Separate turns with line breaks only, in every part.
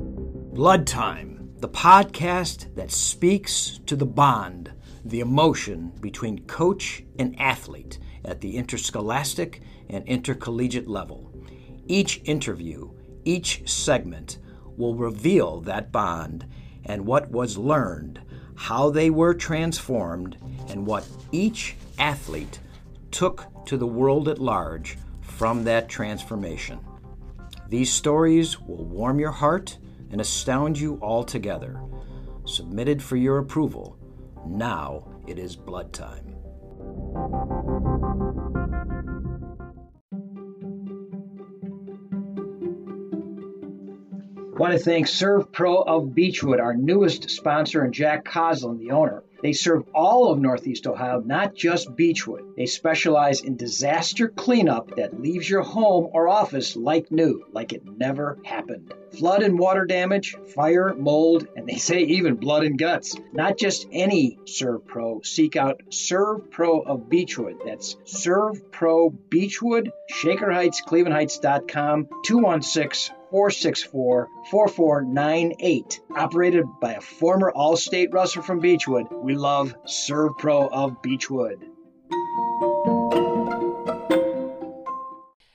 Blood Time, the podcast that speaks to the bond, the emotion between coach and athlete at the interscholastic and intercollegiate level. Each interview, each segment will reveal that bond and what was learned, how they were transformed, and what each athlete took to the world at large from that transformation. These stories will warm your heart and astound you altogether. Submitted for your approval, now it is blood time. want to thank Serve Pro of Beechwood, our newest sponsor, and Jack Coslin, the owner. They serve all of Northeast Ohio, not just Beechwood. They specialize in disaster cleanup that leaves your home or office like new, like it never happened. Flood and water damage, fire, mold, and they say even blood and guts. Not just any Serve Pro. Seek out Serve Pro of Beechwood. That's Serve Pro Beechwood, Shaker Heights, ClevelandHeights.com, 216 464 4498. Operated by a former All State wrestler from Beechwood, we love Serve Pro of Beechwood.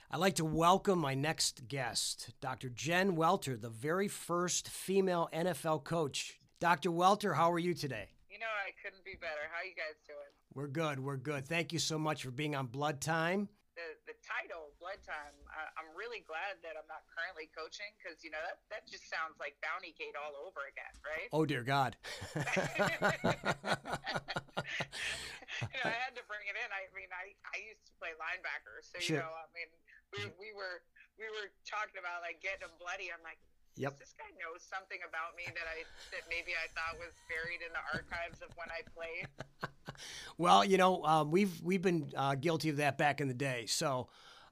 I'd like to welcome my next guest, Dr. Jen Welter, the very first female NFL coach. Dr. Welter, how are you today?
You know, I couldn't be better. How you guys doing?
We're good. We're good. Thank you so much for being on Blood Time
the, the title blood time I, i'm really glad that i'm not currently coaching because you know that, that just sounds like bounty gate all over again right
oh dear god
you know i had to bring it in i mean i, I used to play linebacker so you sure. know i mean we, we were we were talking about like getting them bloody i'm like Yep. This guy knows something about me that I that maybe I thought was buried in the archives of when I played.
well, you know, um, we've we've been uh, guilty of that back in the day, so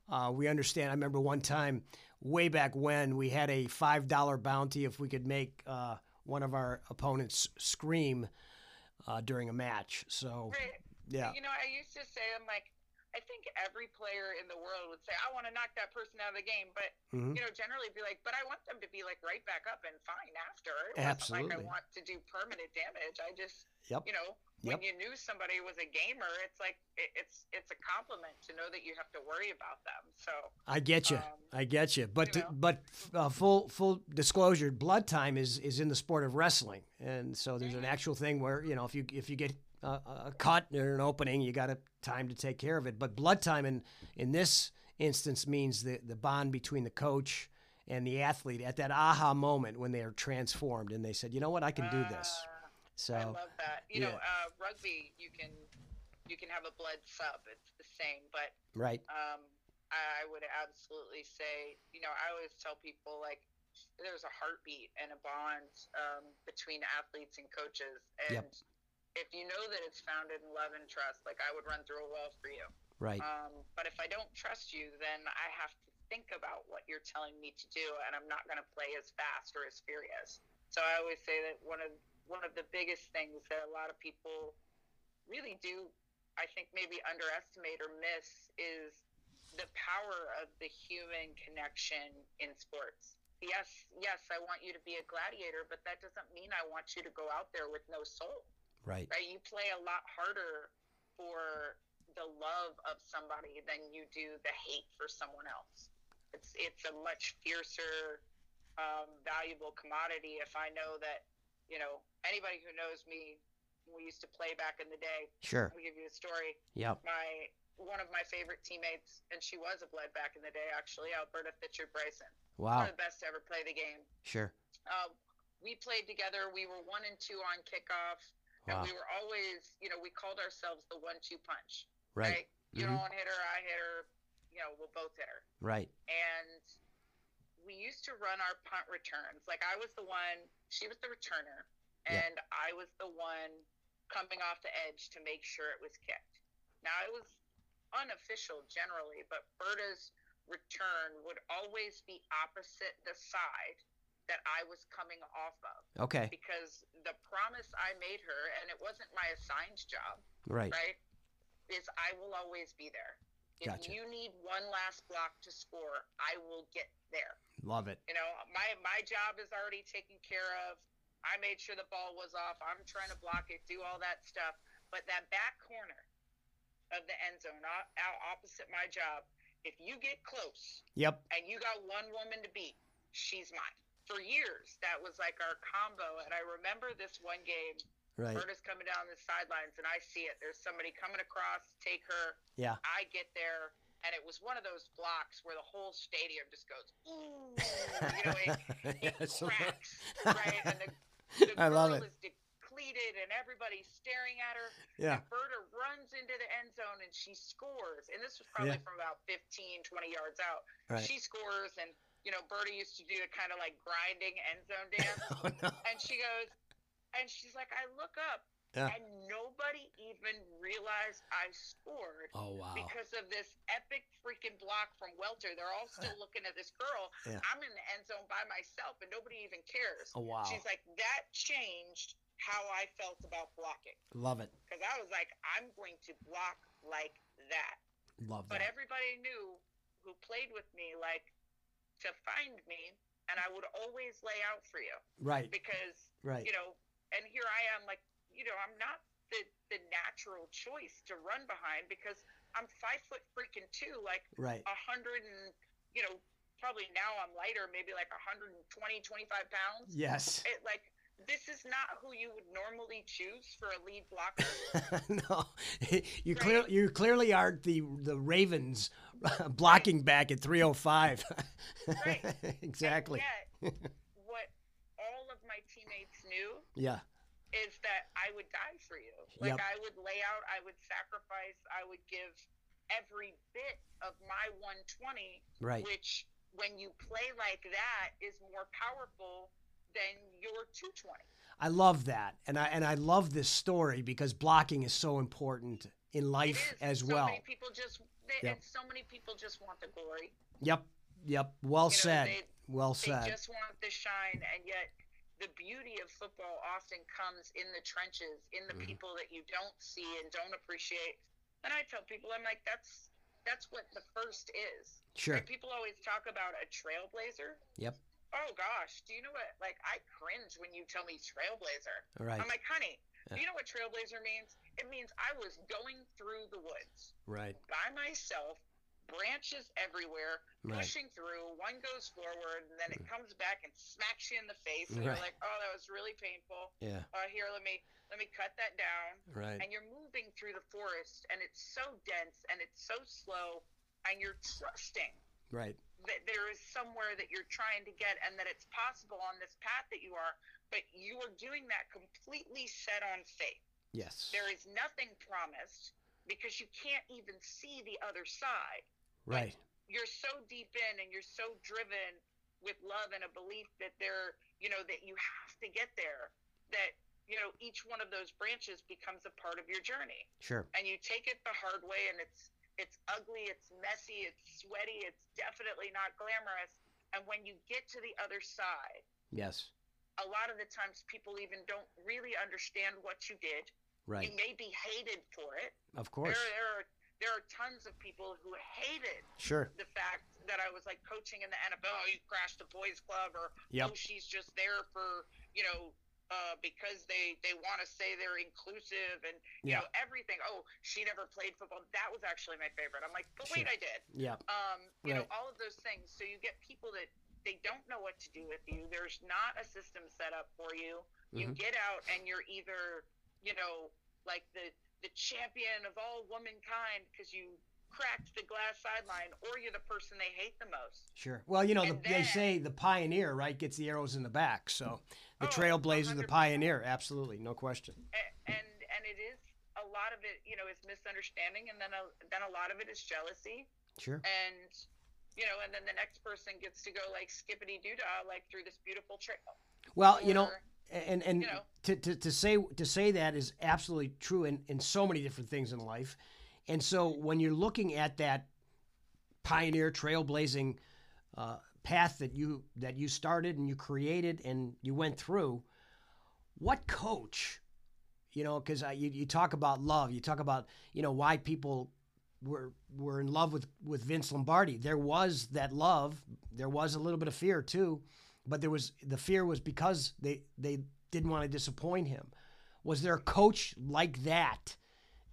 uh, we understand. I remember one time, way back when, we had a five dollar bounty if we could make uh, one of our opponents scream uh, during a match. So,
right.
yeah,
you know, I used to say, I'm like, I think every player in the world would say, "I want to knock that person out of the game," but
Hmm.
mm-hmm. you know, generally be like, "But I want them to be like right back up and fine after."
It Absolutely.
Like I want to do permanent damage. I just,
yep.
you know, when yep. you knew somebody was a gamer, it's like it, it's it's a compliment to know that you have to worry about them. So
I get you, um, I get you. But you know. but uh, full full disclosure, blood time is is in the sport of wrestling, and so there's mm-hmm. an actual thing where you know if you if you get uh, a cut or an opening, you got a time to take care of it. But blood time in in this instance means the the bond between the coach and the athlete at that aha moment when they are transformed and they said, you know what, I can do this.
Uh, so I love that. You yeah. know, uh, rugby, you can you can have a blood sub. It's the same, but
right.
Um, I would absolutely say, you know, I always tell people like there's a heartbeat and a bond um, between athletes and coaches, and. Yep if you know that it's founded in love and trust, like I would run through a wall for you.
Right.
Um, but if I don't trust you, then I have to think about what you're telling me to do, and I'm not going to play as fast or as furious. So I always say that one of one of the biggest things that a lot of people really do, I think maybe underestimate or miss, is the power of the human connection in sports yes, yes, I want you to be a gladiator, but that doesn't mean I want you to go out there with no soul.
Right.
Right. You play a lot harder for the love of somebody than you do the hate for someone else. It's it's a much fiercer, um, valuable commodity. If I know that, you know, anybody who knows me, we used to play back in the day.
Sure.
I'll give you a story.
Yeah.
My one of my favorite teammates, and she was a blood back in the day, actually, Alberta Fitcher Bryson.
Wow.
One of the best to ever play the game.
Sure.
Uh, we played together. We were one and two on kickoff. Wow. And we were always, you know, we called ourselves the one two punch.
Right. right?
You mm-hmm. don't hit her, I hit her, you know, we'll both hit her.
Right.
And we used to run our punt returns. Like I was the one, she was the returner, and yeah. I was the one coming off the edge to make sure it was kicked. Now it was unofficial generally, but Berta's return would always be opposite the side that I was coming off of.
Okay.
Because the promise I made her, and it wasn't my assigned job,
right?
Right, is I will always be there. If
gotcha.
you need one last block to score, I will get there.
Love it.
You know, my my job is already taken care of. I made sure the ball was off. I'm trying to block it, do all that stuff. But that back corner of the end zone, out, out opposite my job, if you get close
Yep.
and you got one woman to beat, she's mine. For years, that was like our combo. And I remember this one game,
Right.
Murda's coming down the sidelines, and I see it. There's somebody coming across, take her.
Yeah.
I get there, and it was one of those blocks where the whole stadium just goes, ooh, you know, it, it
Yes.
cracks, right? And the, the
I
girl
love it.
is depleted, and everybody's staring at her.
Yeah.
Berta runs into the end zone, and she scores. And this was probably
Yeah.
from about 15, 20 yards out.
Right.
She scores, and, you know, Berta used to do the kind of like grinding end zone dance.
Oh, no.
and she goes, and she's like, I look up,
Yeah.
and nobody even realized I scored
Oh, wow.
because of this epic freaking block from Welter. They're all still looking at this girl.
Yeah.
I'm in the end zone by myself, and nobody even cares.
Oh, wow.
She's like, that changed how I felt about blocking
Love it.
because I was like, I'm going to block like that.
Love
But
that.
everybody knew who played with me, like, to find me, and I would always lay out for you
Right.
because
Right.
you know, and here I am, like, you know, I'm not the the natural choice to run behind because I'm five foot freaking two, like
Right.
a hundred and you know, probably now I'm lighter, maybe like 120, 25 pounds.
Yes.
It like this is not who you would normally choose for a lead blocker.
no. You clear you clearly aren't the the Ravens blocking back at 305.
Right.
exactly.
Yet, what all of my teammates knew
Yeah.
is that I would die for you. Like
Yep.
I would lay out, I would sacrifice, I would give every bit of my 120,
Right.
which when you play like that is more powerful than your 220.
I love that. And I and I love this story because blocking is so important in
It
life
is.
as
so
well.
Many people just they,
Yep.
and so many people just want the glory.
Yep. Yep. Well
know,
said.
they-
well
They
said.
just want the shine and yet the beauty of football often comes in the trenches, in
Mm-hmm.
the people that you don't see and don't appreciate. And I tell people I'm like that's that's what the first is.
Sure.
Like, people always talk about a trailblazer.
Yep.
Oh gosh, do you know what? Like I cringe when you tell me trailblazer.
All right.
I'm like, honey, do you know what trailblazer means? It means I was going through the woods
Right.
by myself, branches everywhere,
Right.
pushing through. One goes forward, and then it comes back and smacks you in the face. And
Right.
you're like, oh, that was really painful.
Yeah.
Oh, here, let me let me cut that down
Right.
and you're moving through the forest and it's so dense and it's so slow and you're trusting
Right.
that there is somewhere that you're trying to get and that it's possible on this path that you are but you are doing that completely set on faith
Yes.
there is nothing promised because you can't even see the other side
Right.
you're so deep in and you're so driven with love and a belief that there you know that you have to get there that you know each one of those branches becomes a part of your journey
Sure.
and you take it the hard way and it's it's ugly it's messy it's sweaty it's definitely not glamorous and when you get to the other side
Yes.
a lot of the times people even don't really understand what you did
Right.
you may be hated for it
Of
there,
course.
there are there are tons of people who hated
Sure.
the fact that I was like coaching in the NFL. Oh, you crashed the boys' club, or
Yep.
oh, she's just there for you know uh, because they they want to say they're inclusive and you
Yeah.
know everything. Oh, she never played football. That was actually my favorite. I'm like, but wait,
Sure.
I did.
Yeah.
Um, you know
Right.
all of those things. So you get people that they don't know what to do with you. There's not a system set up for you. You
Mhm.
get out and you're either you know like the the champion of all womankind because you cracked the glass sideline, or you're the person they hate the most.
Sure. Well, you know, the,
And
they
then-
say the pioneer, right, gets the arrows in the back. So the
Oh,
trailblazer, the
100%.
pioneer, absolutely, no question.
A- and and it is a lot of it you know is misunderstanding and then a, then a lot of it is jealousy
Sure.
and you know and then the next person gets to go like skippity doo dah like through this beautiful trail
Well, Uh, you know,
or,
and and
you know.
to, to, to say to say that is absolutely true in, in so many different things in life. And so
Mm-hmm.
when you're looking at that pioneer trailblazing uh, path that you that you started and you created and you went through, what coach, you know, because you, you talk about love, you talk about you know why people were were in love with with Vince Lombardi. There was that love there was a little bit of fear too, but there was the fear was because they they didn't want to disappoint him. Was there a coach like that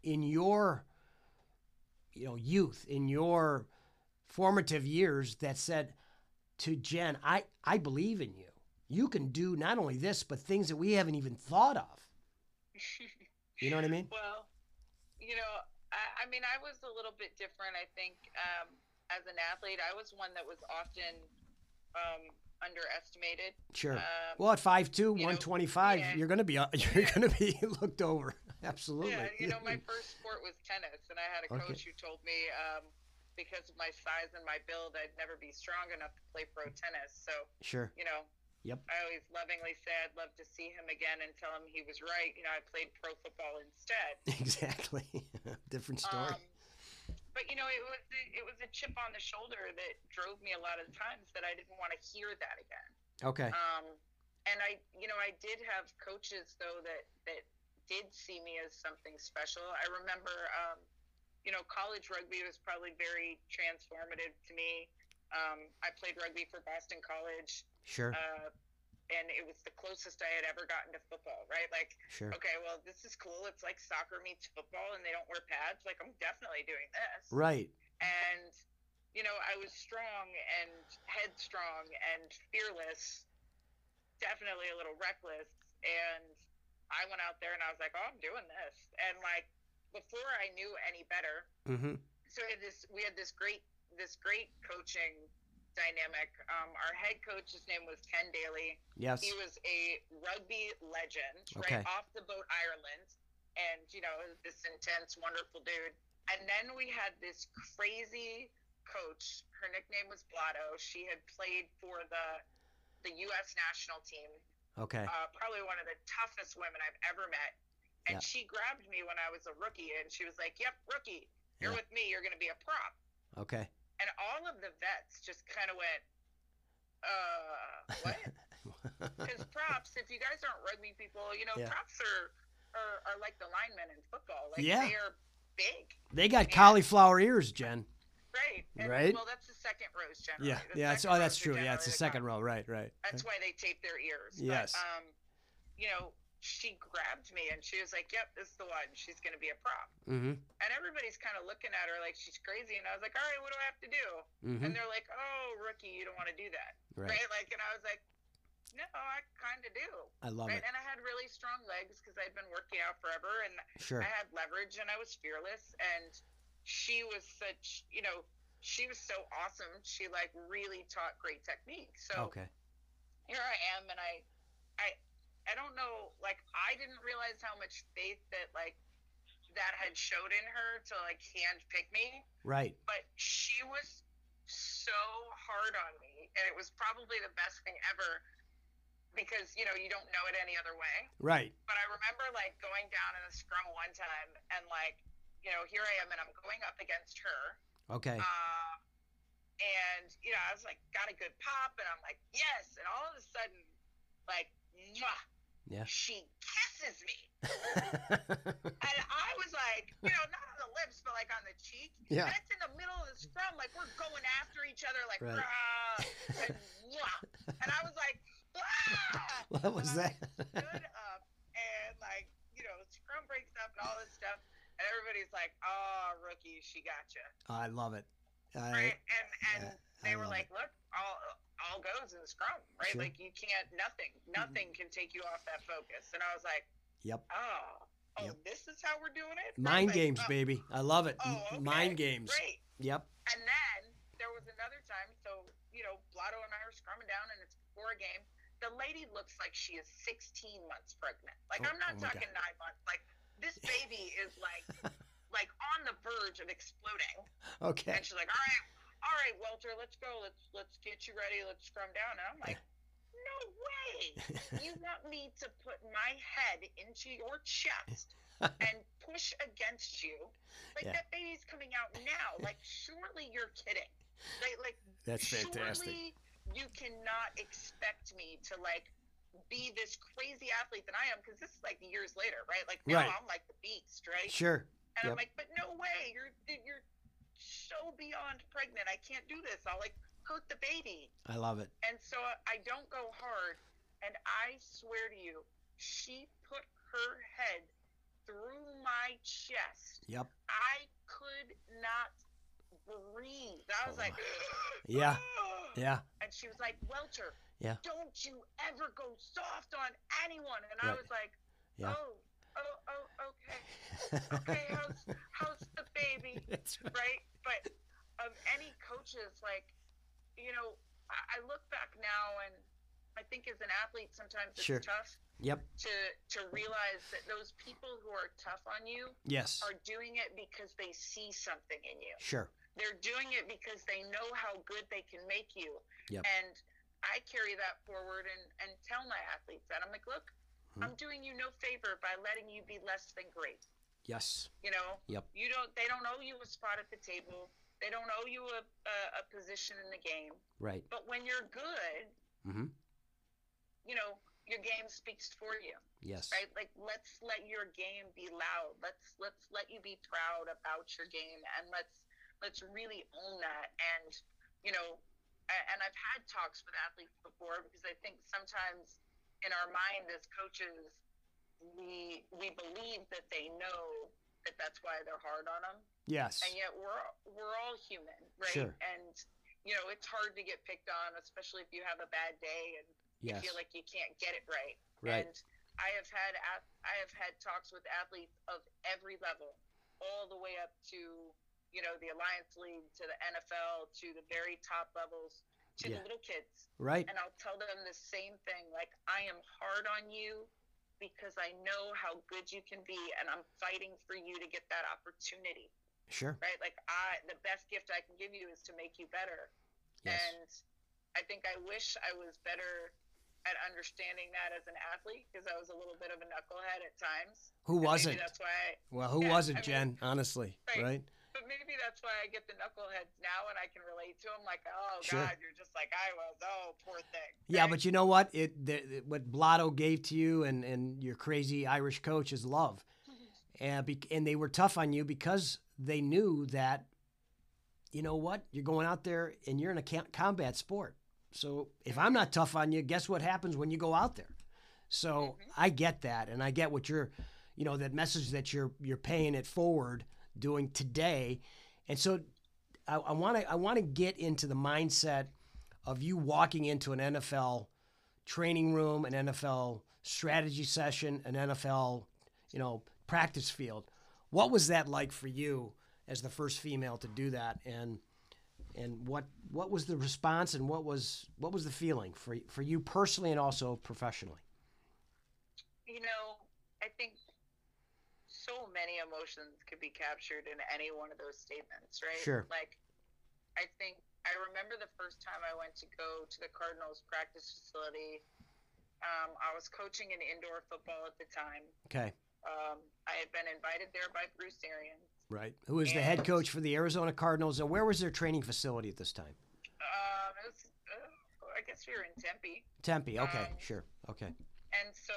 in your you know youth in your formative years that said to Jen, I I believe in you. You can do not only this but things that we haven't even thought of. You know what I mean?
Well, you know, I, I mean, I was a little bit different. I think um, as an athlete, I was one that was often um, underestimated.
Sure.
Um,
well, at 5'2",
know,
125,
yeah.
you're going to be uh, you're going to be looked over. Absolutely.
yeah, you know, my first sport was tennis, and I had a
Okay.
coach who told me um, because of my size and my build, I'd never be strong enough to play pro tennis. So,
sure.
you know,
Yep.
I always lovingly say I'd love to see him again and tell him he was right. You know, I played pro football instead.
Exactly. Different story.
Um, but you know, it was it was a chip on the shoulder that drove me a lot of times that I didn't want to hear that again.
okay.
Um, and I, you know, I did have coaches though that that did see me as something special. I remember, um, you know, college rugby was probably very transformative to me. Um, I played rugby for Boston College,
Sure.
uh, and it was the closest I had ever gotten to football. Right, like
Sure.
okay, well, this is cool. It's like soccer meets football, and they don't wear pads. Like I'm definitely doing this
Right.
and you know i was strong and headstrong and fearless definitely a little reckless and i went out there and i was like oh i'm doing this and like before i knew any better
Mhm.
so we had this we had this great this great coaching dynamic um, our head coach his name was ken daly
Yes.
he was a rugby legend,
Okay.
right off the boat Ireland, and you know this intense, wonderful dude. And then we had this crazy coach. Her nickname was Blotto. She had played for the the U.S. national team,
Okay.
uh, probably one of the toughest women I've ever met. And
Yeah.
she grabbed me when I was a rookie, and she was like, "Yep, rookie, you're
Yeah.
with me. You're going to be a prop."
Okay.
And all of the vets just kind of went, "Uh, what?" because props, if you guys aren't rugby people, you know,
Yeah.
props are, are are like the linemen in football. Like
Yeah.
they are big,
they got cauliflower ears, Jen.
right?
Right.
Well, that's the second rows generally.
Yeah.
The
Yeah. It's,
second
oh, that's
rows are
true. Yeah. It's the
generally
second
top.
row. Right. Right.
That's why they tape their ears.
Yes.
But, um, you know, she grabbed me and she was like, "Yep, this is the one. She's going to be a prop."
Mm-hmm.
And everybody's kind of looking at her like she's crazy. And I was like, "All right, what do I have to do?"
Mm-hmm.
And they're like, "Oh, rookie, you don't want to do that,
Right.
right. Like, and I was like, "No, I kind of do."
I love
Right?
it.
And I had really strong legs because I'd been working out forever, and
Sure.
I had leverage, and I was fearless. And she was such, you know, she was so awesome. She like really taught great technique. So
Okay.
here I am, and I, I, I don't know. Like I didn't realize how much faith that like that had showed in her to like handpick me
Right.
but she was so hard on me and it was probably the best thing ever because you know you don't know it any other way
Right.
but i remember like going down in a scrum one time and like you know here i am and i'm going up against her
Okay.
uh, and you know i was like got a good pop and i'm like yes and all of a sudden like mwah,
Yeah.
she kisses me and I was like, you know, not on the lips, but like on the cheek.
Yeah.
That's in the middle of the scrum. Like we're going after each other, like,
Right.
"Rah," and, "Wah." and I was like, "Ah!"
what was
And I
that?
Stood up and like, you know, scrum breaks up and all this stuff, and everybody's like, "Oh, rookie, she got you."
I love it. I,
Right? And and
yeah, I
they were
love
like, "Look, all." All goes in the scrum, right?
Sure. Mm-hmm.
Like you can't, nothing, nothing can take you off that focus. And I was like,
yep.
oh, oh,
Yep.
this is how we're doing it. Right?
Mind
Like,
games,
oh,
baby. I love it.
Oh,
M-
okay,
Mind games.
Great.
Yep.
And then there was another time, so you know, Blotto and I are scrumming down, and it's before a game. The lady looks like she is 16 months pregnant. Like
Oh,
I'm not
oh my
talking nine months. Like this baby is like, like on the verge of exploding.
Okay.
And she's like, all right, all right, Welter, let's go. Let's let's get you ready. Let's scrum down. And I'm like, no way. You want me to put my head into your chest and push against you? Like
Yeah.
that baby's coming out now. Like surely you're kidding. Like like
That's fantastic.
surely you cannot expect me to like be this crazy athlete that I am because this is like years later, right? Like now
Right.
I'm like the beast, right?
Sure. Yep.
And I'm like, but no way, you're dude, you're so beyond pregnant. I can't do this. I'll like hurt the baby.
I love it.
And so I don't go hard. And I swear to you, she put her head through my chest.
Yep.
I could not breathe. I was
Oh.
like,
Yeah. Yeah.
And she was like, Welter,
Yeah.
don't you ever go soft on anyone. And I
Right.
was like,
Yeah.
oh, oh, oh, okay. Okay, how's, how's the baby?
That's right.
right? But of any coaches, like, you know, I, I look back now and I think as an athlete, sometimes it's
Sure.
tough
Yep.
to, to realize that those people who are tough on you
Yes.
are doing it because they see something in you.
Sure.
They're doing it because they know how good they can make you.
Yep.
And I carry that forward and, and tell my athletes that. I'm like, look,
Mhm.
I'm doing you no favor by letting you be less than great.
Yes.
You know,
Yep.
you don't. They don't owe you a spot at the table. They don't owe you a, a, a position in the game.
Right.
But when you're good,
Mm-hmm.
you know your game speaks for you,
Yes.
right? Like let's let your game be loud. Let's let's let you be proud about your game, and let's let's really own that. And you know, a- and I've had talks with athletes before because I think sometimes in our mind as coaches, we we believe that they know that that's why they're hard on them.
Yes.
and yet we're we're all human, right?
Sure.
And you know, it's hard to get picked on, especially if you have a bad day and you
Yes.
feel like you can't get it right.
Right.
And I have had ath- I have had talks with athletes of every level, all the way up to you know the Alliance League, to the NFL, to the very top levels, to
Yeah.
the little kids,
Right.
and I'll tell them the same thing. Like I am hard on you because I know how good you can be, and I'm fighting for you to get that opportunity
Sure.
right? Like I, the best gift I can give you is to make you better.
Yes.
And I think I wish I was better at understanding that as an athlete because I was a little bit of a knucklehead at times.
Who
And maybe
wasn't?
That's why. I,
Well, who
yeah,
wasn't,
I mean-
Jen? honestly,
Right.
right?
but maybe that's why I get the knuckleheads now, and I can relate to them. Like, oh
Sure.
God, you're just like I was. Oh, poor thing.
Yeah,
right?
but you know what? It the, the- what Blotto gave to you and and your crazy Irish coach is love, and be, and they were tough on you because they knew that, you know what? You're going out there and you're in a ca- combat sport. So if I'm not tough on you, guess what happens when you go out there? So I get that, and I get what you're, you know, that message that you're you're paying it forward doing today, and so I want to I want to get into the mindset of you walking into an NFL training room, an NFL strategy session, an NFL, you know, practice field. What was that like for you as the first female to do that and and what what was the response and what was what was the feeling for for you personally and also professionally?
you know, I think so many emotions could be captured in any one of those statements, right?
Sure.
Like, I think I remember the first time I went to go to the Cardinals practice facility. Um, I was coaching in indoor football at the time.
Okay.
Um, I had been invited there by Bruce Arians.
Right. Who is the head coach for the Arizona Cardinals and where was their training facility at this time?
Um, it was, uh, I guess we were in Tempe.
Tempe. Okay.
Um,
Sure. Okay.
and so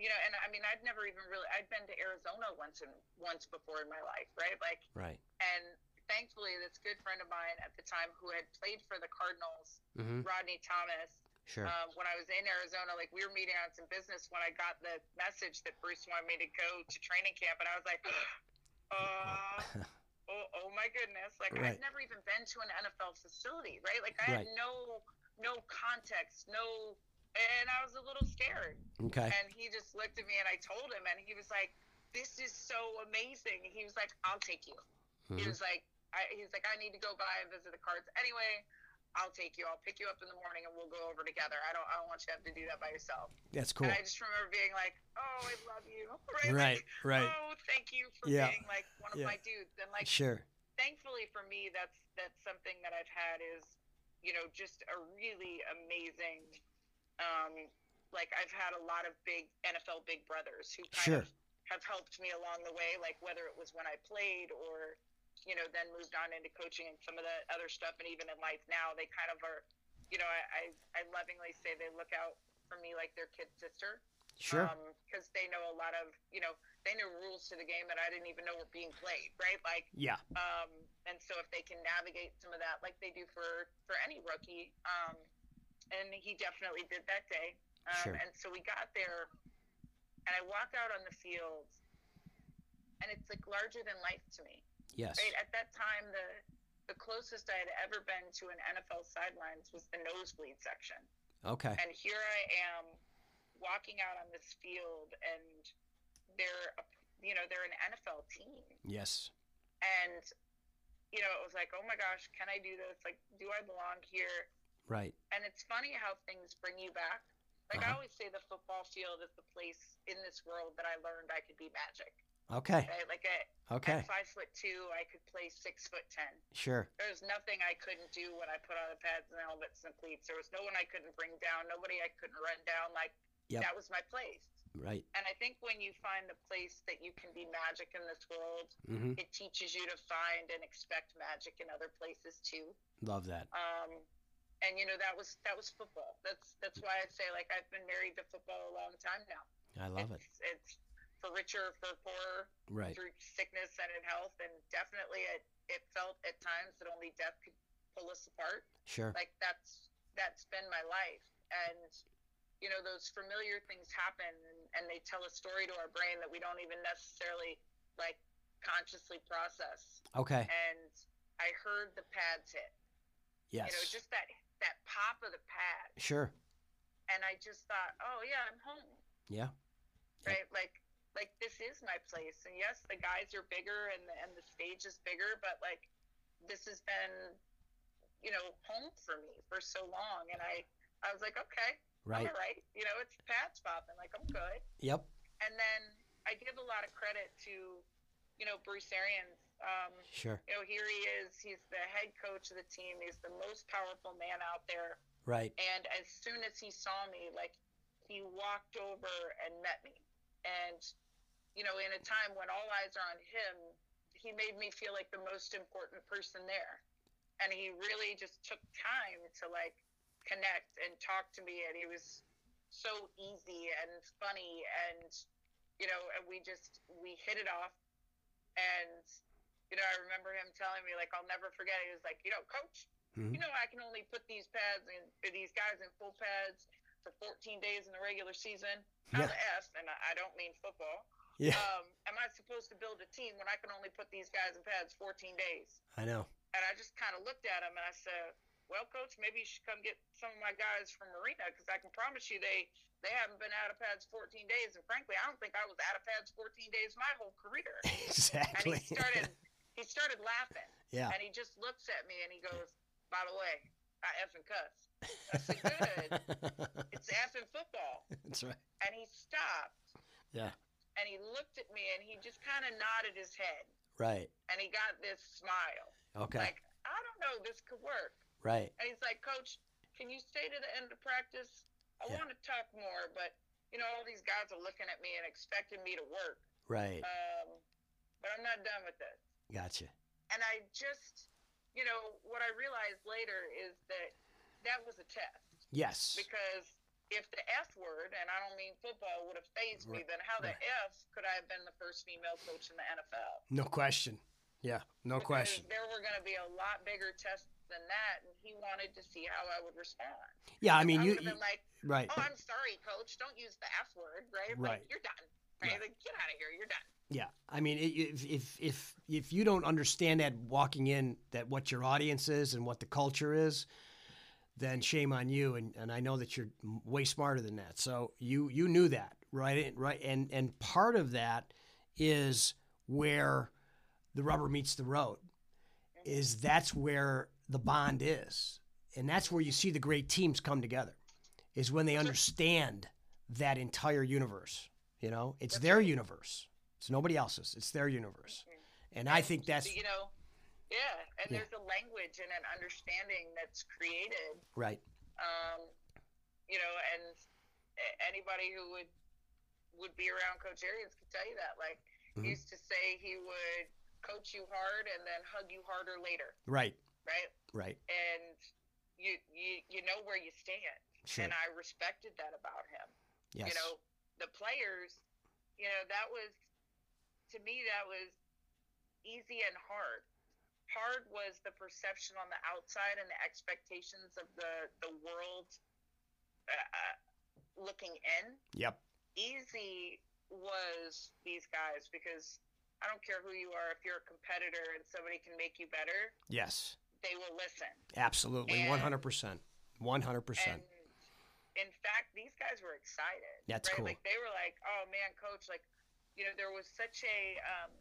you know and i mean i'd never even really i'd been to arizona once and once before in my life right like
Right.
and thankfully this good friend of mine at the time who had played for the cardinals
Mhm.
rodney thomas
Sure.
um, when i was in arizona like we were meeting on some business when i got the message that bruce wanted me to go to training camp and i was like uh, oh, oh my goodness like
Right.
i've never even been to an nfl facility right like i had
Right.
no no context no and i was a little scared
okay.
and he just looked at me and I told him and he was like, This is so amazing. He was like, I'll take you. He
Mm-hmm.
was like I he's like, I need to go by and visit the cards anyway. I'll take you. I'll pick you up in the morning and we'll go over together. I don't I don't want you to have to do that by yourself.
That's cool.
And I just remember being like, Oh, I love you. Right.
Right,
Like,
right.
Oh, thank you for
Yeah.
being like one of
Yeah.
my dudes. And like
Sure.
thankfully for me that's that's something that I've had is you know just a really amazing um like I've had a lot of big NFL big brothers who kind
Sure.
of have helped me along the way like whether it was when I played or you know then moved on into coaching and some of the other stuff and even in life now they kind of are you know I I, I lovingly say they look out for me like their kid sister
Sure.
because they know a lot of you know they knew rules to the game that I didn't even know were being played right like
yeah.
um, and so if they can navigate some of that like they do for for any rookie um and he definitely did that day um,
Sure.
and so we got there and i walk out on the field and it's like larger than life to me
Yes.
right at that time the the closest i had ever been to an nfl sidelines was the nosebleed section
Okay.
and here I am walking out on this field, and they're, a, you know, they're an NFL team,
Yes.
and you know, it was like, oh my gosh, can I do this? Like, do I belong here?
Right.
And it's funny how things bring you back. Like I
Uh-huh.
always say, the football field is the place in this world that I learned I could be magic.
Okay.
Right? Like at,
Okay.
at five foot two, I could play six foot ten.
Sure.
There was nothing I couldn't do when I put on the pads and helmets and cleats. There was no one I couldn't bring down, nobody I couldn't run down. Like
Yep.
that was my place.
Right.
And I think when you find the place that you can be magic in this world,
Mm-hmm.
it teaches you to find and expect magic in other places too.
Love that.
Um, and you know that was that was football. That's that's why I say like I've been married to football a long time now.
I love it.
it's, It's for richer, for poorer,
Right.
through sickness and in health, and definitely it it felt at times that only death could pull us apart
Sure.
like that's that's been my life and you know those familiar things happen and, and they tell a story to our brain that we don't even necessarily like consciously process
Okay.
and i heard the pads hit you know
Yes.
just that that pop of the pad
Sure.
and i just thought oh yeah i'm home
Yeah. Yep.
right like like this is my place and yes the guys are bigger and the, and the stage is bigger but like this has been you know home for me for so long and i i was like okay
Right.
I'm all right. You know, it's Pat's popping. Like, I'm good.
Yep.
And then I give a lot of credit to, you know, Bruce Arians. Um,
Sure.
you know, here he is. He's the head coach of the team. He's the most powerful man out there.
Right.
And as soon as he saw me, like, he walked over and met me. And, you know, in a time when all eyes are on him, he made me feel like the most important person there. And he really just took time to, like, connect and talk to me. And he was so easy and funny. And, you know, and we just, we hit it off. And, you know, I remember him telling me, like, I'll never forget. He was like, you know, coach,
hmm
you know I can only put these pads in or these guys in full pads for 14 days in the regular season. How the F, and I I don't mean football.
Yeah.
Um, am I supposed to build a team when I can only put these guys in pads 14 days?
I know.
And I just kind of looked at him and I said, "Well, coach, maybe you should come get some of my guys from Marina because I can promise you they they haven't been out of pads 14 days, and frankly, I don't think I was out of pads 14 days my whole career." And
Exactly.
he started he started laughing.
yeah.
And he just looks at me and he goes, By the way, I effing cuss. I said, Good. it's effing football.
That's right.
And he stopped
Yeah.
and he looked at me and he just kind of nodded his head
Right.
and he got this smile.
Okay.
Like, I don't know, this could work.
right.
And he's like, Coach, can you stay to the end of practice? I
Yeah.
want to talk more, but, you know, all these guys are looking at me and expecting me to work.
Right.
Um, but I'm not done with this.
Gotcha.
and I just, you know, what I realized later is that that was a test
Yes.
because if the F word, and I don't mean football, would have phased
Right,
me, then how the F could I have been the first female coach in the NFL?
No question. Yeah. No
Because
question.
There were going to be a lot bigger tests than that, and he wanted to see how I would respond.
Yeah. I mean,
I
you.
would
you-
have been like,
right.
"Oh, I'm sorry, coach. Don't use the F word, right?
Right.
Like, you're done. Right?
Right.
Like, get out of here. You're done.
Yeah, I mean, i- if if if if you don't understand that walking in, that what your audience is and what the culture is, then shame on you. And and I know that you're m- way smarter than that. So you you knew that, right? And- Right. And and part of that is where the rubber meets the road. Is that's where the bond is, and that's where you see the great teams come together. Is when they understand that entire universe. You know, it's their universe. It's nobody else's. It's their universe.
Mm-hmm.
And I think that's
You know." Yeah, and
Yeah.
there's a language and an understanding that's created
right.
um, you know, and a- anybody who would would be around Coach Arians could tell you that. Like
Mhm.
he used to say, he would coach you hard and then hug you harder later,
Right.
right?
Right.
And you you you know where you stand,
Sure.
and I respected that about him.
Yes.
You know, the players, you know, that was to me that was easy and hard hard was the perception on the outside and the expectations of the the world uh, looking in.
Yep.
Easy was these guys because I don't care who you are if you're a competitor and somebody can make you better,
Yes.
they will listen.
Absolutely.
And-
One hundred percent. One hundred percent.
And in fact, these guys were excited.
That's
right?
cool.
Like they were like, "Oh man, coach! Like, you know, there was such a um,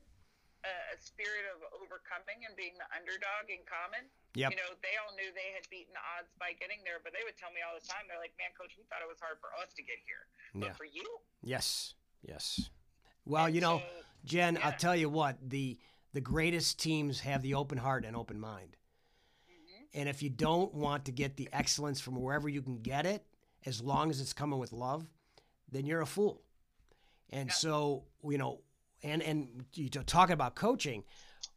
a, a spirit of overcoming and being the underdog in common.
Yep.
You know, they all knew they had beaten odds by getting there, but they would tell me all the time, they're like, "Man, coach, we thought it was hard for us to get here,
Yeah.
but for you,
Yes. Yes. Well, you know,
so-
Jen, I'll
yeah.
tell you what, the the greatest teams have the open heart and open mind.
mm-hmm,
And if you don't want to get the excellence from wherever you can get it, as long as it's coming with love, then you're a fool. And so, you know, and and you t- talk about coaching,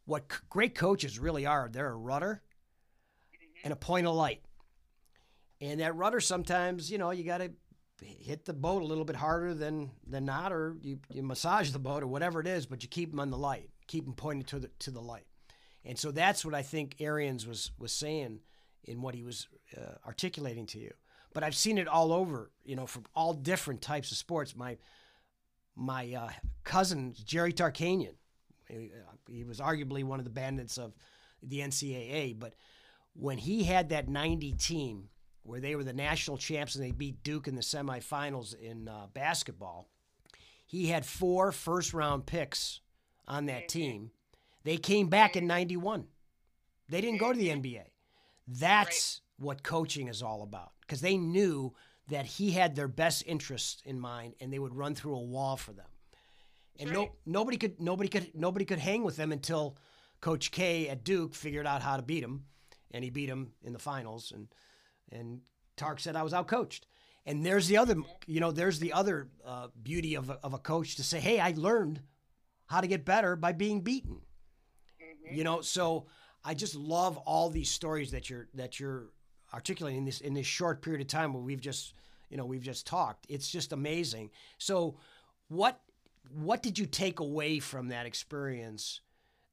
what c- great coaches really are, they're a rudder
mm-hmm,
and a point of light. And that rudder sometimes, you know, you got to hit the boat a little bit harder than than not, or you, you massage the boat or whatever it is, but you keep them on the light, keep them pointed to the to the light, and so that's what I think Arians was was saying in what he was uh, articulating to you. But I've seen it all over, you know, from all different types of sports. My my uh, cousin Jerry Tarkanian, he, uh, he was arguably one of the bandits of the NCAA, but when he had that 90 team where they were the national champs and they beat Duke in the semifinals in uh, basketball, he had four first round picks on that team. They came back in 91. They didn't go to the NBA. That's what coaching is all about because they knew that he had their best interests in mind and they would run through a wall for them. And no, nobody could nobody could nobody could hang with them until Coach K at Duke figured out how to beat him, and he beat him in the finals. And and Tark said I was outcoached. And there's the other, you know, there's the other uh, beauty of a, of a coach to say, hey, I learned how to get better by being beaten.
mm-hmm,
You know, so I just love all these stories that you're that you're articulating in this in this short period of time where we've just you know we've just talked. It's just amazing. So what what did you take away from that experience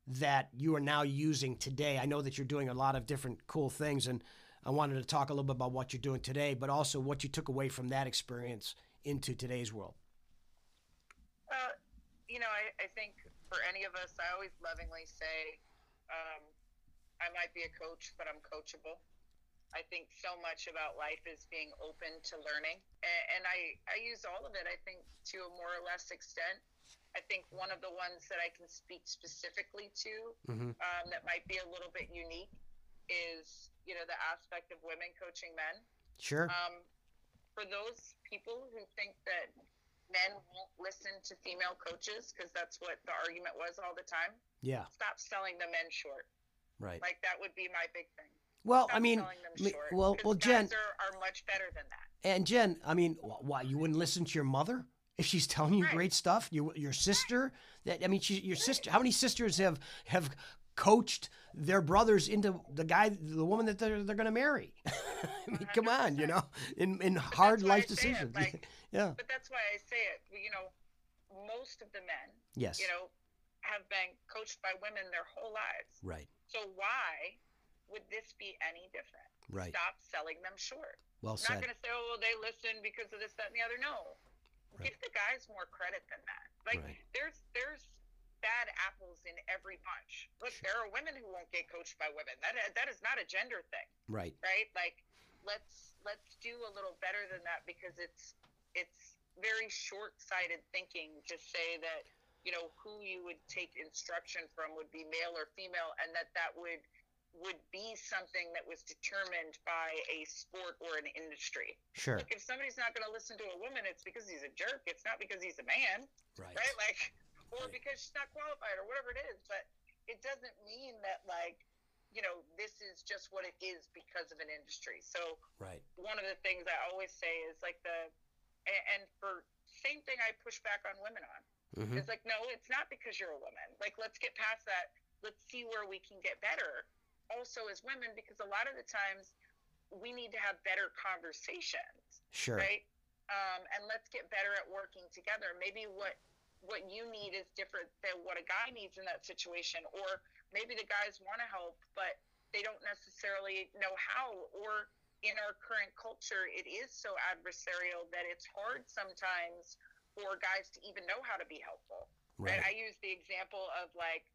that you are now using today? I know that you're doing a lot of different cool things and I wanted to talk a little bit about what you're doing today, but also what you took away from that experience into today's world.
Well, you know, I, I think for any of us, I always lovingly say, um, I might be a coach, but I'm coachable. I think so much about life is being open to learning, and, and I I use all of it. I think to a more or less extent. I think one of the ones that I can speak specifically to
Mm-hmm.
um, that might be a little bit unique is you know the aspect of women coaching men.
Sure.
Um, for those people who think that men won't listen to female coaches, because that's what the argument was all the time,
yeah.
stop selling the men short.
Right.
Like that would be my big thing.
Well,
Stop
I mean,
selling them
me-
short,
well,
'cause
well, Jen,
guys are, are much better than that.
And Jen, I mean, wh- why you wouldn't listen to your mother if she's telling you
Right.
great stuff? Your your sister, that I mean, she, your sister. How many sisters have have coached their brothers into the guy, the woman that they're they're going to marry? I mean, come on, you know, in in hard
that's why I
life
say it,
decisions.
like-
yeah.
But that's why I say it. You know, most of the men,
Yes.
you know, have been coached by women their whole lives.
right.
So why would this be any different?
Right.
Stop selling them short.
Well
I'm
said.
not going to say, oh, well, they listen because of this, that, and the other. No, give the guys more credit than that. Like
Right.
there's there's bad apples in every bunch. Look, there are women who won't get coached by women. That that is not a gender thing,
Right.
right? Like let's let's do a little better than that because it's it's very short-sighted thinking to say that you know who you would take instruction from would be male or female and that that would would be something that was determined by a sport or an industry
Sure.
if somebody's not going to listen to a woman, it's because he's a jerk. It's not because he's a man,
Right.
right? Like, or
Right.
because she's not qualified or whatever it is. But it doesn't mean that, like, you know, this is just what it is because of an industry. So,
Right.
one of the things I always say is like the, a- and for same thing I push back on women on.
Mhm.
It's like, no, it's not because you're a woman. Like, let's get past that. Let's see where we can get better. Also, as women, because a lot of the times we need to have better conversations
Sure.
right? Um, and let's get better at working together. Maybe what what you need is different than what a guy needs in that situation, or maybe the guys want to help, but they don't necessarily know how. Or in our current culture, it is so adversarial that it's hard sometimes for guys to even know how to be helpful. Right. right? I use the example of like,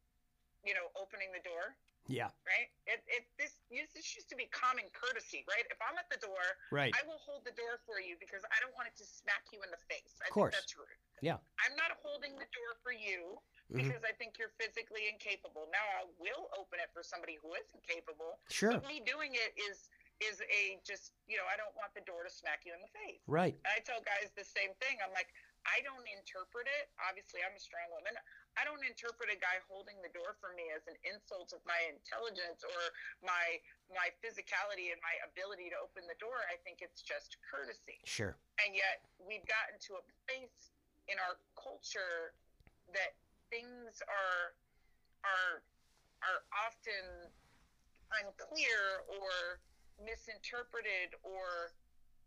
you know, opening the door.
Yeah.
Right. It, it this this used to be common courtesy, right? If I'm at the door,
right,
I will hold the door for you because I don't want it to smack you in the face.
of
I
course.
Think that's rude.
Yeah.
I'm not holding the door for you because mm-hmm. I think you're physically incapable. Now I will open it for somebody who isn't capable.
Sure.
me doing it is is a just you know I don't want the door to smack you in the face.
Right.
And I tell guys the same thing. I'm like I don't interpret it. Obviously I'm a strong woman. I don't interpret a guy holding the door for me as an insult of my intelligence or my my physicality and my ability to open the door. I think it's just courtesy.
Sure.
And yet we've gotten to a place in our culture that things are are are often unclear or misinterpreted or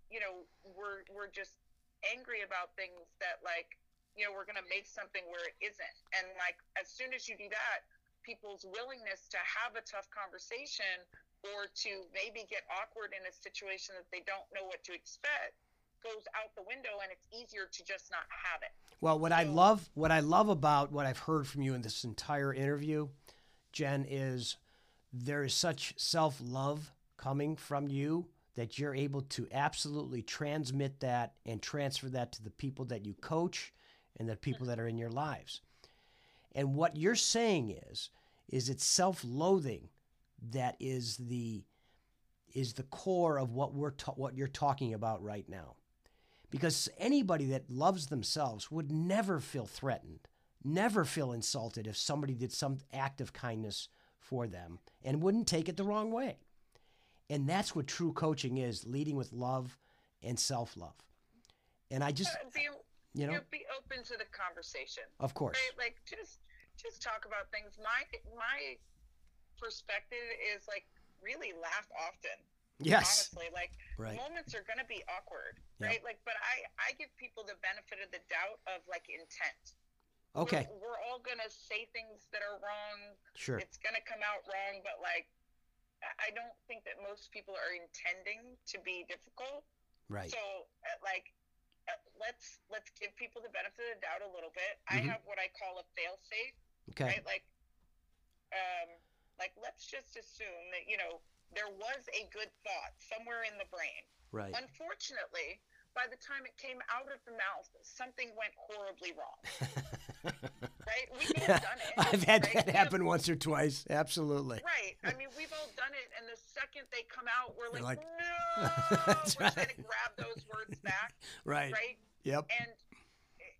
you know we're we're just angry about things that like you know we're going to make something where it isn't and like as soon as you do that people's willingness to have a tough conversation or to maybe get awkward in a situation that they don't know what to expect goes out the window and it's easier to just not have it
well what so, i love what i love about what i've heard from you in this entire interview jen is there is such self-love coming from you that you're able to absolutely transmit that and transfer that to the people that you coach and the people that are in your lives. And what you're saying is is it's self-loathing that is the is the core of what we're ta- what you're talking about right now. Because anybody that loves themselves would never feel threatened, never feel insulted if somebody did some act of kindness for them and wouldn't take it the wrong way. And that's what true coaching is leading with love and self love. And I just,
Uh, be,
you know,
be open to the conversation.
Of course.
Right? Like just, just talk about things. My, my perspective is like really laugh often.
Yes.
Honestly, like
right.
moments are going to be awkward, right? Yep. Like, but I, I give people the benefit of the doubt of like intent.
Okay.
We're, we're all going to say things that are wrong.
Sure.
It's going to come out wrong, but like, I don't think that most people are intending to be difficult.
Right.
So, uh, like, uh, let's let's give people the benefit of the doubt a little bit. Mm-hmm. I have what I call a fail safe.
Okay.
Right? Like, um, like let's just assume that you know there was a good thought somewhere in the brain.
Right.
Unfortunately, by the time it came out of the mouth, something went horribly wrong. right? We've all done it.
I've had
right?
that happen once or twice. Absolutely.
Right. I mean, we've all done it, and the second they come out, we're like, like no, we're right. trying to grab those words back.
Right.
Right.
Yep.
And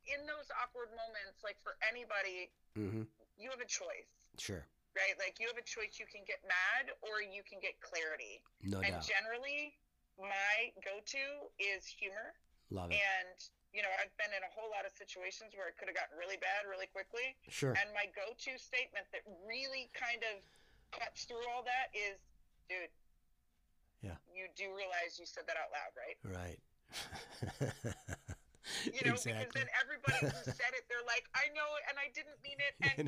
in those awkward moments, like for anybody,
mm-hmm.
you have a choice.
Sure.
Right. Like you have a choice. You can get mad, or you can get clarity.
No
and
doubt.
generally, my go-to is humor.
Love it.
And you know, I've been in a whole lot of situations where it could have gotten really bad really quickly.
Sure.
And my go-to statement that really kind of cuts through all that is, dude.
Yeah.
You do realize you said that out loud, right?
Right.
you know, exactly. because then everybody who said it, they're like, I know it, and I didn't mean it, and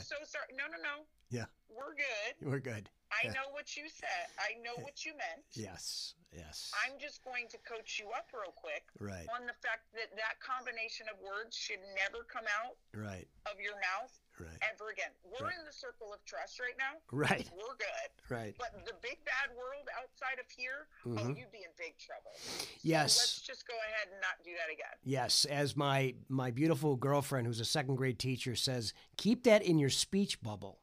right.
so sorry. No, no, no.
Yeah.
We're good.
We're good.
I know what you said. I know what you meant.
Yes, yes.
I'm just going to coach you up real quick
right.
on the fact that that combination of words should never come out
right.
of your mouth
right.
ever again. We're
Right.
in the circle of trust right now.
Right.
We're good.
Right.
But the big bad world outside of here, oh,
Mhm.
you'd be in big trouble.
Yes.
So let's just go ahead and not do that again.
Yes, as my my beautiful girlfriend who's a second grade teacher says, keep that in your speech bubble.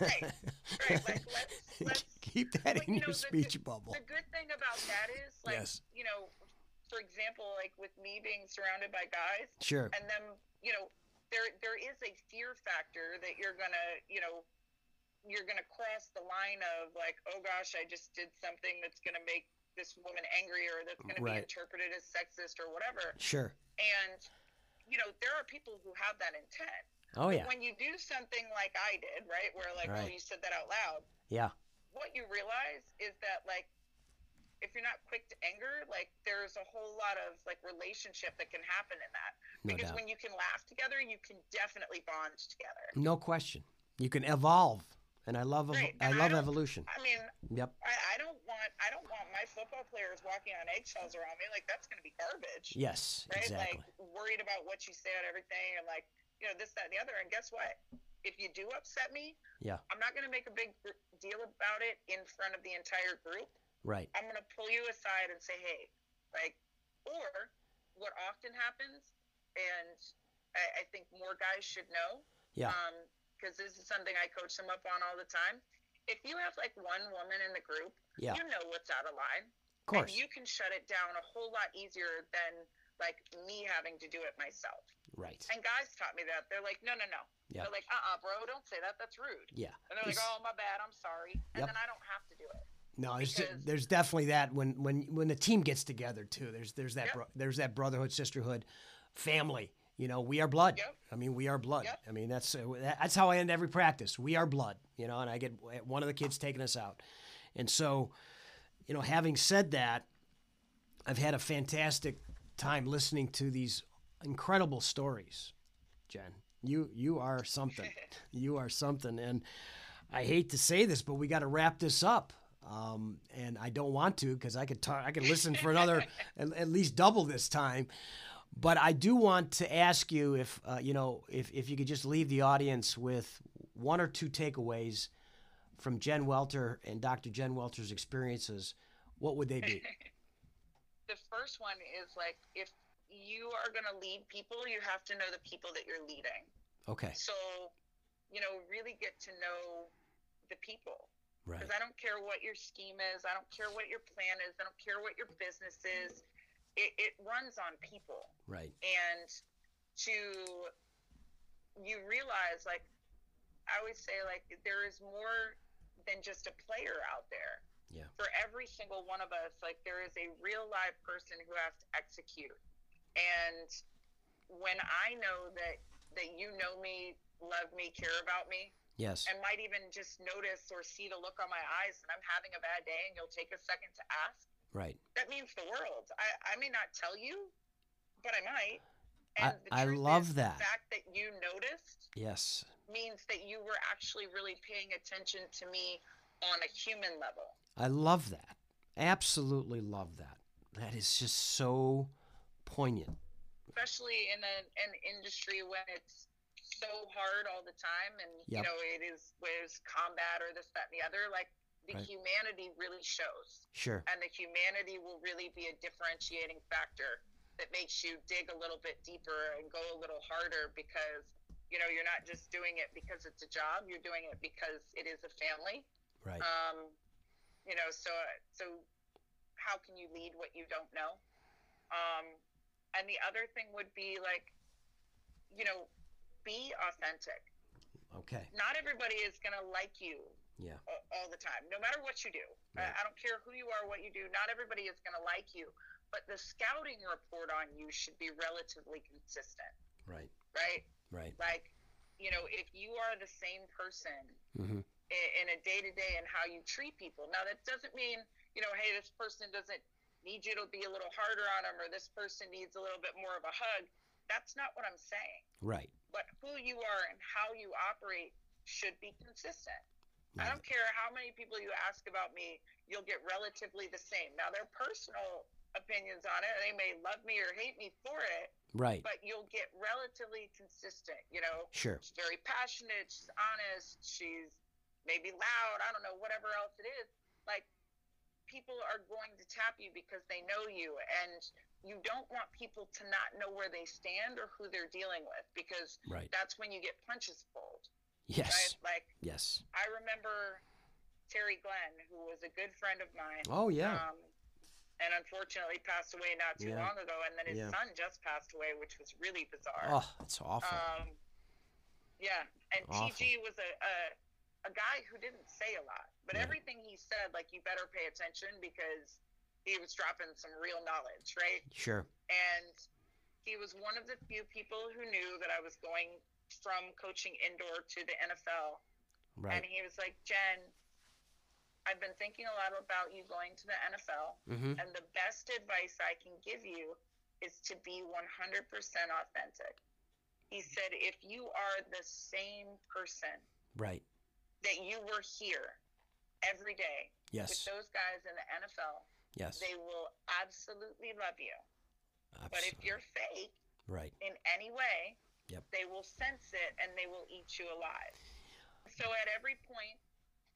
right. Right. Like, let's, let's
keep that
But,
in
you
your
know, the-
speech bubble.
The good thing about that is, like,
Yes.
you know, for example, like with me being surrounded by guys,
Sure.
and them, you know, there there is a fear factor that you're gonna, you know, you're gonna cross the line of like, oh gosh, I just did something that's gonna make this woman angry or that's gonna
Right.
be interpreted as sexist or whatever.
Sure.
And you know, there are people who have that intent.
Oh yeah.
When you do something like I did, right, where like, oh,
Right.
you said that out loud
Yeah.
what you realize is that like if you're not quick to anger like there's a whole lot of like relationship that can happen in that
No
because
doubt.
when you can laugh together you can definitely bond together
No question. You can evolve, and I love ev-
Right,
I
and I
love
don't-
evolution.
I mean,
Yep.
I, I don't want I don't want my football players walking on eggshells around me. Like that's going to be garbage,
Yes.
right?
Exactly.
Like worried about what you say on everything, and like you know this, that, and the other. And guess what? If you do upset me,
Yeah.
I'm not going to make a big gr- deal about it in front of the entire group.
Right.
I'm going to pull you aside and say, hey, like, or what often happens, and I, I think more guys should know,
Yeah.
because this is something I coach them up on all the time. If you have like one woman in the group,
Yeah.
you know what's out of line.
Of course.
And you can shut it down a whole lot easier than like me having to do it myself.
Right.
And guys taught me that. They're like, no, no, no.
Yeah.
They're like, uh uh bro, don't say that. That's rude.
Yeah.
And they're like,
It's-
oh, my bad. I'm sorry. And
Yep.
then I don't have to do it.
No, there's,
because-
there's definitely that when when when the team gets together too. There's there's that
Yep.
bro, there's that brotherhood, sisterhood, family. You know, we are blood.
Yep.
I mean, we are blood.
Yep.
I mean, that's uh, that- that's how I end every practice. We are blood. You know, and I get one of the kids taking us out, and so, you know, having said that, I've had a fantastic time listening to these incredible stories, Jen. You you are something. you are something, and I hate to say this, but we got to wrap this up. Um, and I don't want to because I could talk, I could listen for another at, at least double this time. But I do want to ask you if uh, you know if if you could just leave the audience with one or two takeaways from Jen Welter and Dr. Jen Welter's experiences. What would they be?
the first one is like if you are going to lead people you have to know the people that you're leading
Okay,
so you know really get to know the people
right,
because i don't care what your scheme is i don't care what your plan is i don't care what your business is it, it runs on people
right,
and to you realize like i always say like there is more than just a player out there
Yeah.
for every single one of us like there is a real live person who has to execute and when i know that that you know me love me care about me
yes,
and might even just notice or see the look on my eyes and i'm having a bad day and you'll take a second to ask
right.
that means the world. I, I may not tell you, but I might.
I-
the
I
truth
love
is,
that.
The fact that you noticed
Yes,
means that you were actually really paying attention to me on a human level.
I love that. Absolutely love that. That is just so poignant.
especially in a, an industry when it's so hard all the time and you
Yep.
know it is where's combat or this that and the other like the
Right.
humanity really shows
Sure.
and the humanity will really be a differentiating factor that makes you dig a little bit deeper and go a little harder because you know you're not just doing it because it's a job you're doing it because it is a family
Right.
um, you know so so how can you lead what you don't know um, and the other thing would be like you know be authentic
Okay.
not everybody is going to like you
Yeah.
a- all the time no matter what you do I-
Right.
I, don't care who you are what you do not everybody is going to like you but the scouting report on you should be relatively consistent
Right.
right
Right.
like you know if you are the same person
Mm-hmm.
i- in a day to day and how you treat people. Now that doesn't mean you know, hey, this person doesn't need you to be a little harder on them, or this person needs a little bit more of a hug. That's not what I'm saying.
Right.
But who you are and how you operate should be consistent. I
Love
don't care how many people you ask about me, you'll get relatively the same. Now their personal opinions on it, they may love me or hate me for
it.
it,
Right.
but you'll get relatively consistent. You know,
Sure.
She's very passionate. She's honest. She's maybe loud. I don't know, whatever else it is. Like, people are going to tap you because they know you. And you don't want people to not know where they stand or who they're dealing with because
Right.
that's when you get punches pulled.
Yes.
Right? Like,
Yes.
I remember Terry Glenn, who was a good friend of mine.
Oh yeah.
Um, and unfortunately passed away not too
Yeah.
long ago. And then his
Yeah.
son just passed away, which was really bizarre.
Oh, it's awful.
Um, yeah, and
Awful.
TG was a, a a guy who didn't say a lot, but
Right.
everything he said, like you better pay attention because he was dropping some real knowledge, right?
Sure.
And he was one of the few people who knew that I was going from coaching indoor to the NFL, and
Right.
he was like, Jen. I've been thinking a lot about you going to the NFL,
Mm-hmm.
and the best advice I can give you is to be 100% authentic. He said, if you are the same person
Right.
that you were here every day
Yes.
with those guys in the NFL.
Yes.
They will absolutely love you. But if
Absolutely.
you're fake
right.
in any way,
Yep.
they will sense it and they will eat you alive. So at every point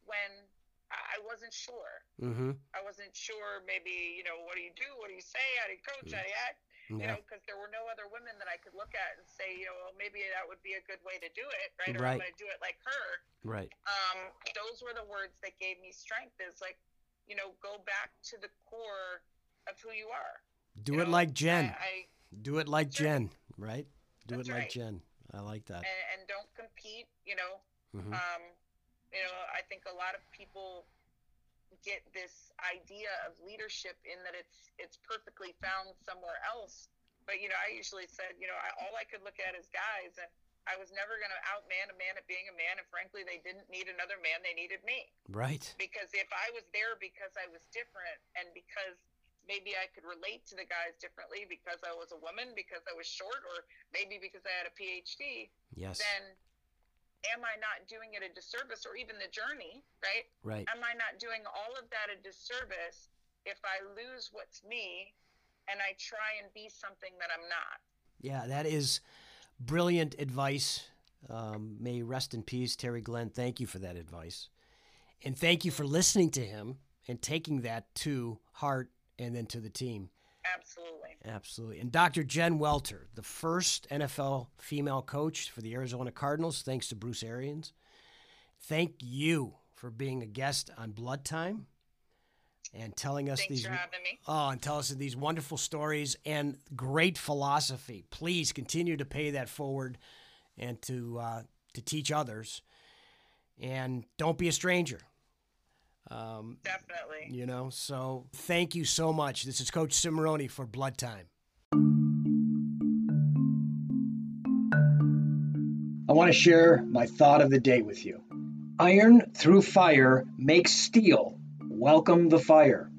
when I I wasn't sure,
Mm-hmm.
I wasn't sure maybe, you know, what do you do? What do you say? How do you coach? How do you act? You
Yeah.
know, because there were no other women that I could look at and say, you know, well, maybe that would be a good way to do it, right? Or
Right.
I'm going to do it like her
Right.
um, those were the words that gave me strength is like you know go back to the core of who you are
Do
you
it
know,
like Jen.
I,
Do it like
Sure.
Jen. Right. Do
That's
it like
right.
Jen. I like that.
I, and, and don't compete you know
hmm
um, you know i think a lot of people get this idea of leadership in that it's it's perfectly found somewhere else but you know i usually said you know I, all i could look at is guys and i was never going to outman a man at being a man and frankly they didn't need another man they needed me
Right.
because if I was there because I was different and because maybe I could relate to the guys differently because I was a woman, because I was short, or maybe because I had a PhD,
Yes.
then am I not doing it a disservice or even the journey, right?
Right.
Am I not doing all of that a disservice if I lose what's me and I try and be something that I'm not?
Yeah, that is brilliant advice. Um, may he rest in peace, Terry Glenn. Thank you for that advice. And thank you for listening to him and taking that to heart and then to the team.
Absolutely.
Absolutely. And Dr. Jen Welter, the first NFL female coach for the Arizona Cardinals, thanks to Bruce Arians. Thank you for being a guest on Blood Time and telling us
Thanks
these
for having me.
Oh, and tell us these wonderful stories and great philosophy. Please continue to pay that forward and to uh, to teach others. And don't be a stranger. Um,
Definitely.
you know, so thank you so much. This is Coach Cimarroni for Blood Time.
I want to share my thought of the day with you. Iron through fire makes steel. Welcome the fire.